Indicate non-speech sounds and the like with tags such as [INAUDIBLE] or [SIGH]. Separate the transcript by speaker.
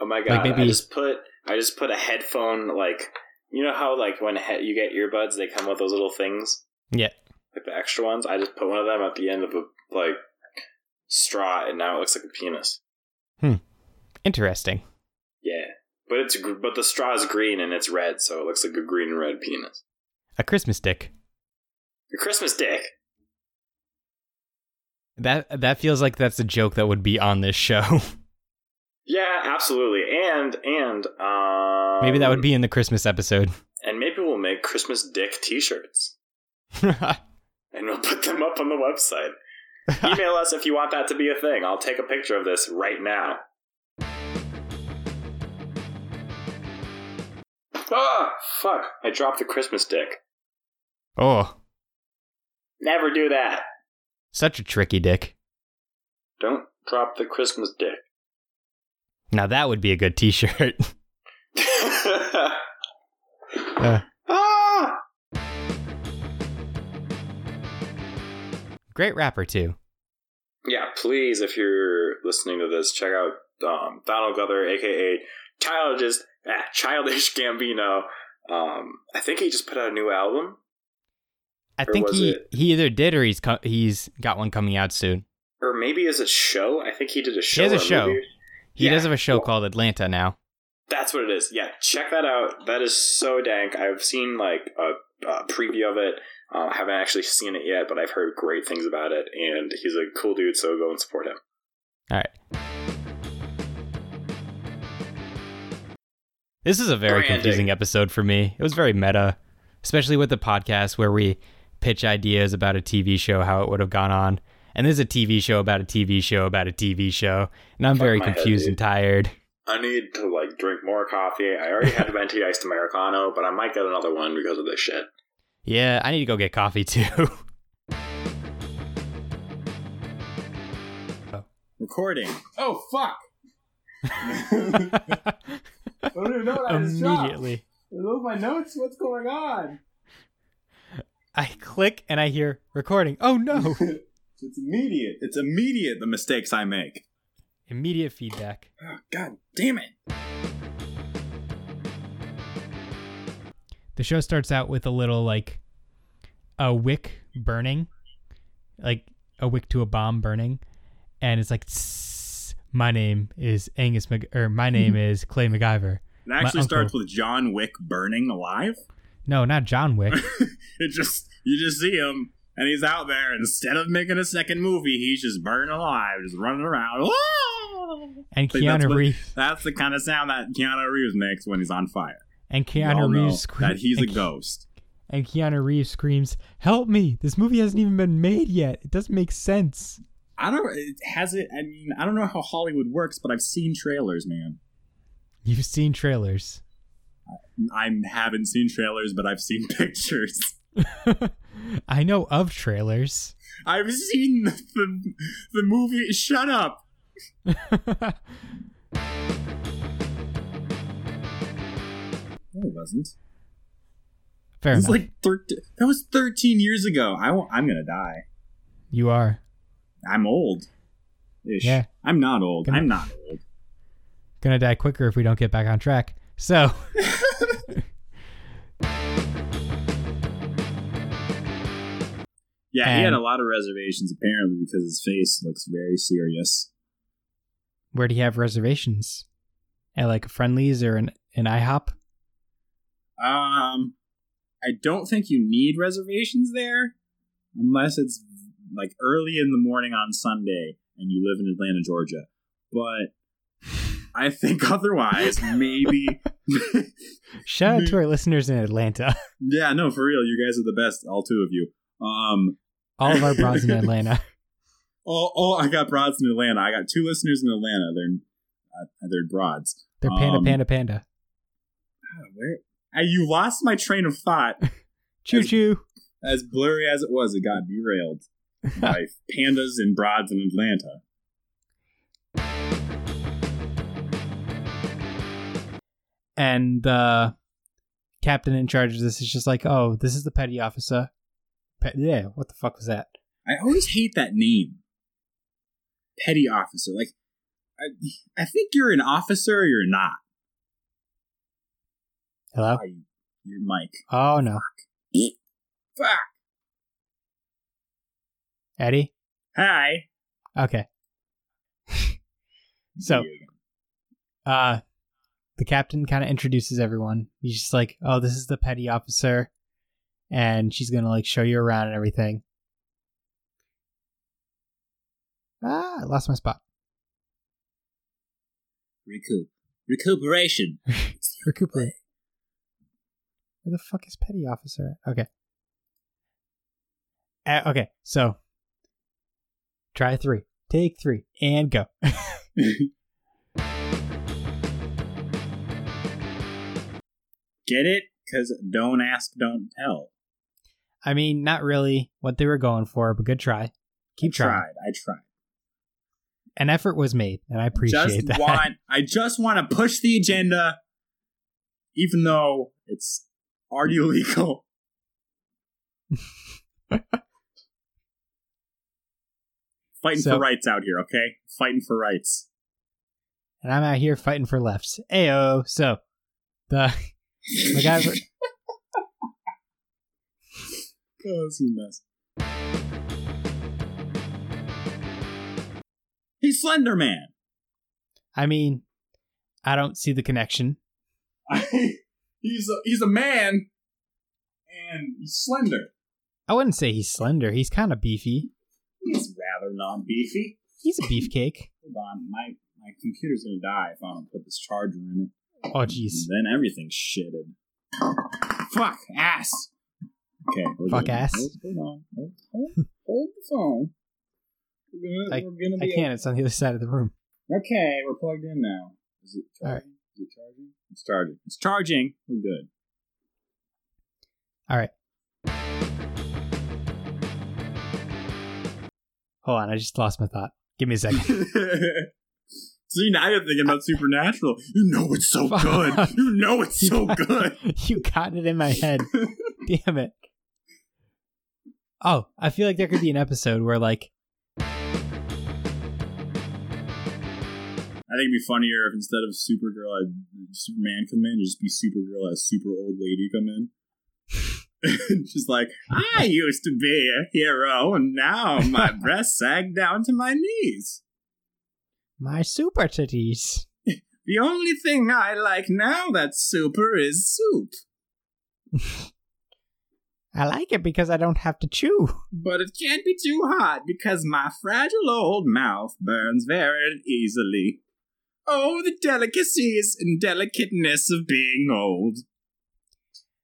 Speaker 1: Oh my god!
Speaker 2: Like, maybe-
Speaker 1: I just put I just put a headphone like you know how like when he- you get earbuds they come with those little things
Speaker 2: Yeah.
Speaker 1: like the extra ones. I just put one of them at the end of a like straw, and now it looks like a penis.
Speaker 2: Interesting.
Speaker 1: Yeah, but it's gr- but the straw is green and it's red, so it looks like a green and red penis.
Speaker 2: A Christmas dick.
Speaker 1: Your Christmas dick.
Speaker 2: That that feels like that's a joke that would be on this show. [LAUGHS]
Speaker 1: Yeah, absolutely. And and um,
Speaker 2: Maybe that would be in the Christmas episode. [LAUGHS]
Speaker 1: And maybe we'll make Christmas dick T-shirts, and we'll put them up on the website. Email us if you want that to be a thing. I'll take a picture of this right now. Ah, fuck! I dropped the Christmas dick.
Speaker 2: oh,
Speaker 1: Never do that.
Speaker 2: such a tricky dick.
Speaker 1: Don't drop the Christmas dick. [LAUGHS]
Speaker 2: Now that would be a good t-shirt. [LAUGHS] Uh,
Speaker 1: ah!
Speaker 2: great rapper too.
Speaker 1: Yeah, please, if you're listening to this, check out um, Donald Glover, aka Childish, ah, Childish Gambino. Um, I think he just put out a new album,
Speaker 2: I
Speaker 1: Or
Speaker 2: think
Speaker 1: was
Speaker 2: he,
Speaker 1: it-
Speaker 2: he either did or he's co- he's got one coming out soon.
Speaker 1: or maybe is a show. I think he did a show.
Speaker 2: has a
Speaker 1: or
Speaker 2: show.
Speaker 1: movie.
Speaker 2: He
Speaker 1: Yeah.
Speaker 2: does have a show
Speaker 1: Well,
Speaker 2: called Atlanta now.
Speaker 1: That's what it is. Yeah, check that out. That is so dank. I've seen like a, a preview of it. Uh, I haven't actually seen it yet, but I've heard great things about it, and he's a cool dude. So go and support him.
Speaker 2: All right. This is a very
Speaker 1: Branding.
Speaker 2: confusing episode for me. It was very meta, especially with the podcast where we pitch ideas about a TV show, how it would have gone on. And this is a TV show about a TV show about a TV show. And I'm
Speaker 1: Fuck
Speaker 2: very
Speaker 1: my head,
Speaker 2: confused
Speaker 1: dude.
Speaker 2: and tired.
Speaker 1: I need to like drink more coffee. I already
Speaker 2: [LAUGHS]
Speaker 1: had venti iced americano, but I might get another one because of this shit.
Speaker 2: Yeah, I need to go get coffee
Speaker 3: [LAUGHS] Oh,
Speaker 2: too.
Speaker 3: Recording. Oh fuck! I don't even know what I just dropped.
Speaker 2: Immediately.
Speaker 3: Are those my notes? What's going on?
Speaker 2: I click and I hear recording. Oh
Speaker 3: [LAUGHS]
Speaker 2: no.
Speaker 3: It's immediate. It's immediate. The mistakes I make.
Speaker 2: Immediate feedback.
Speaker 3: Oh, God damn it!
Speaker 2: the show starts out with a little like a wick burning like a wick to a bomb burning and it's like "Tss, my name is angus Mac- or my
Speaker 3: [LAUGHS]
Speaker 2: name is clay mciver
Speaker 3: It actually
Speaker 2: uncle.
Speaker 3: starts with John Wick burning alive.
Speaker 2: no not john
Speaker 3: [LAUGHS]
Speaker 2: wick
Speaker 3: It just you just see him, and he's out there. Instead of making a second movie, he's just burning alive, just running around. [LAUGHS] Whoa!
Speaker 2: and
Speaker 3: Like, that's
Speaker 2: keanu
Speaker 3: what-
Speaker 2: reeves
Speaker 3: That's the kind of sound that Keanu Reeves makes when he's on fire.
Speaker 2: and
Speaker 3: We all
Speaker 2: keanu
Speaker 3: know
Speaker 2: reeves scre-
Speaker 3: that he's a
Speaker 2: and Ke-
Speaker 3: ghost.
Speaker 2: and keanu reeves screams help me this movie hasn't even been made yet it doesn't make sense
Speaker 3: I don't. It has it. I mean, I don't know how Hollywood works, but I've seen trailers, man.
Speaker 2: you've seen trailers
Speaker 3: I haven't seen trailers, but I've seen [LAUGHS] pictures.
Speaker 2: [LAUGHS] i know of trailers [LAUGHS]
Speaker 3: I've seen the, the, the movie. Shut up. No, it wasn't.
Speaker 2: fair
Speaker 3: It was
Speaker 2: enough
Speaker 3: like thir- that was 13 years ago. I won't, I'm gonna die.
Speaker 2: you are
Speaker 3: I'm old. Ish.
Speaker 2: Yeah.
Speaker 3: I'm not old.
Speaker 2: Gonna-
Speaker 3: I'm not old.
Speaker 2: gonna die quicker if we don't get back on track. So [LAUGHS]
Speaker 3: Yeah, he
Speaker 2: And-
Speaker 3: had a lot of reservations apparently because his face looks very serious.
Speaker 2: where do you have reservations? At like a friendlies or an, an IHOP?
Speaker 3: Um, I don't think you need reservations there unless it's like early in the morning on Sunday and you live in Atlanta, Georgia. But I think [LAUGHS] otherwise, maybe. [LAUGHS]
Speaker 2: Shout out
Speaker 3: Mm-hmm.
Speaker 2: to our listeners in Atlanta. [LAUGHS]
Speaker 3: yeah, no, for real, you guys are the best, all two of you. Um,
Speaker 2: All of our bras
Speaker 3: [LAUGHS]
Speaker 2: in Atlanta.
Speaker 3: oh, oh, I got broads in Atlanta. I got two listeners in Atlanta. They're uh, they're broads.
Speaker 2: They're panda
Speaker 3: Um,
Speaker 2: panda panda.
Speaker 3: God, Where? I, you lost my train of thought.
Speaker 2: Choo choo.
Speaker 3: As blurry as it was, it got derailed by pandas and broads in Atlanta.
Speaker 2: And the captain in charge of this is just like, oh, this is the petty officer. Pe- yeah, what the fuck was that?
Speaker 3: I always hate that name. Petty officer. Like I, I think you're an officer or you're not.
Speaker 2: Hello?
Speaker 3: Are you, you're Mike.
Speaker 2: Oh, no.
Speaker 3: Fuck.
Speaker 2: Eddie?
Speaker 3: Hi.
Speaker 2: Okay. [LAUGHS] So- uh the captain kind of introduces everyone he's just like oh this is the petty officer and she's gonna like show you around and everything ah i lost my spot
Speaker 3: recoup. Recuperation.
Speaker 2: recuperate where the fuck is petty officer okay Uh, okay so try three take three and go [LAUGHS]
Speaker 3: Get it? Because don't ask, don't tell.
Speaker 2: i mean not really what they were going for but good try keep
Speaker 3: I
Speaker 2: trying
Speaker 3: tried. I tried.
Speaker 2: an effort was made, and I appreciate
Speaker 3: just
Speaker 2: that.
Speaker 3: want I just want to push the agenda, even though it's already [LAUGHS] illegal. Fighting
Speaker 2: So-
Speaker 3: for rights out here, okay? Fighting for rights.
Speaker 2: [LAUGHS] and I'm out here fighting for lefts. Ayo. So the [LAUGHS] MacGyver,
Speaker 3: Oh, this is a mess. He's Slender Man.
Speaker 2: I mean, I don't see the connection.
Speaker 3: [LAUGHS] he's a, he's a man, and he's slender.
Speaker 2: I wouldn't say he's slender. He's kind of beefy.
Speaker 3: He's rather non-beefy.
Speaker 2: He's a beefcake.
Speaker 3: Hold on, my my computer's gonna die if I don't put this charger in it.
Speaker 2: Oh jeez.
Speaker 3: And then everything's shitted. Fuck ass. Okay. we're
Speaker 2: Fuck
Speaker 3: good.
Speaker 2: ass.
Speaker 3: Hold, hold on. Hold, hold, hold the phone. We're gonna, we're gonna
Speaker 2: I
Speaker 3: be
Speaker 2: can't. It's on the other side of the room.
Speaker 3: Okay, we're plugged in now. Is it
Speaker 2: All right.
Speaker 3: charging? Is it charging? It's charging. It's charging. We're good.
Speaker 2: Hold on. I just lost my thought. Give me a
Speaker 3: [LAUGHS]
Speaker 2: second.
Speaker 3: See, now you're
Speaker 2: [LAUGHS]
Speaker 3: thinking about Supernatural. You know it's so
Speaker 2: Fuck.
Speaker 3: good. You know it's
Speaker 2: [LAUGHS]
Speaker 3: so good.
Speaker 2: you got it in my head. Damn it. Oh, I feel like there could be an episode where like
Speaker 3: I think it'd be funnier if instead of Supergirl, I'd Superman come in, it'd just be Supergirl as super old lady come in. [LAUGHS] She's like, I used to be a hero, and now my breasts sag down to my knees.
Speaker 2: my super titties.
Speaker 3: The only thing I like now that's super is soup.
Speaker 2: I like it because I don't have to chew.
Speaker 3: But it can't be too hot because my fragile old mouth burns very easily. Oh, the delicacies and delicateness of being old.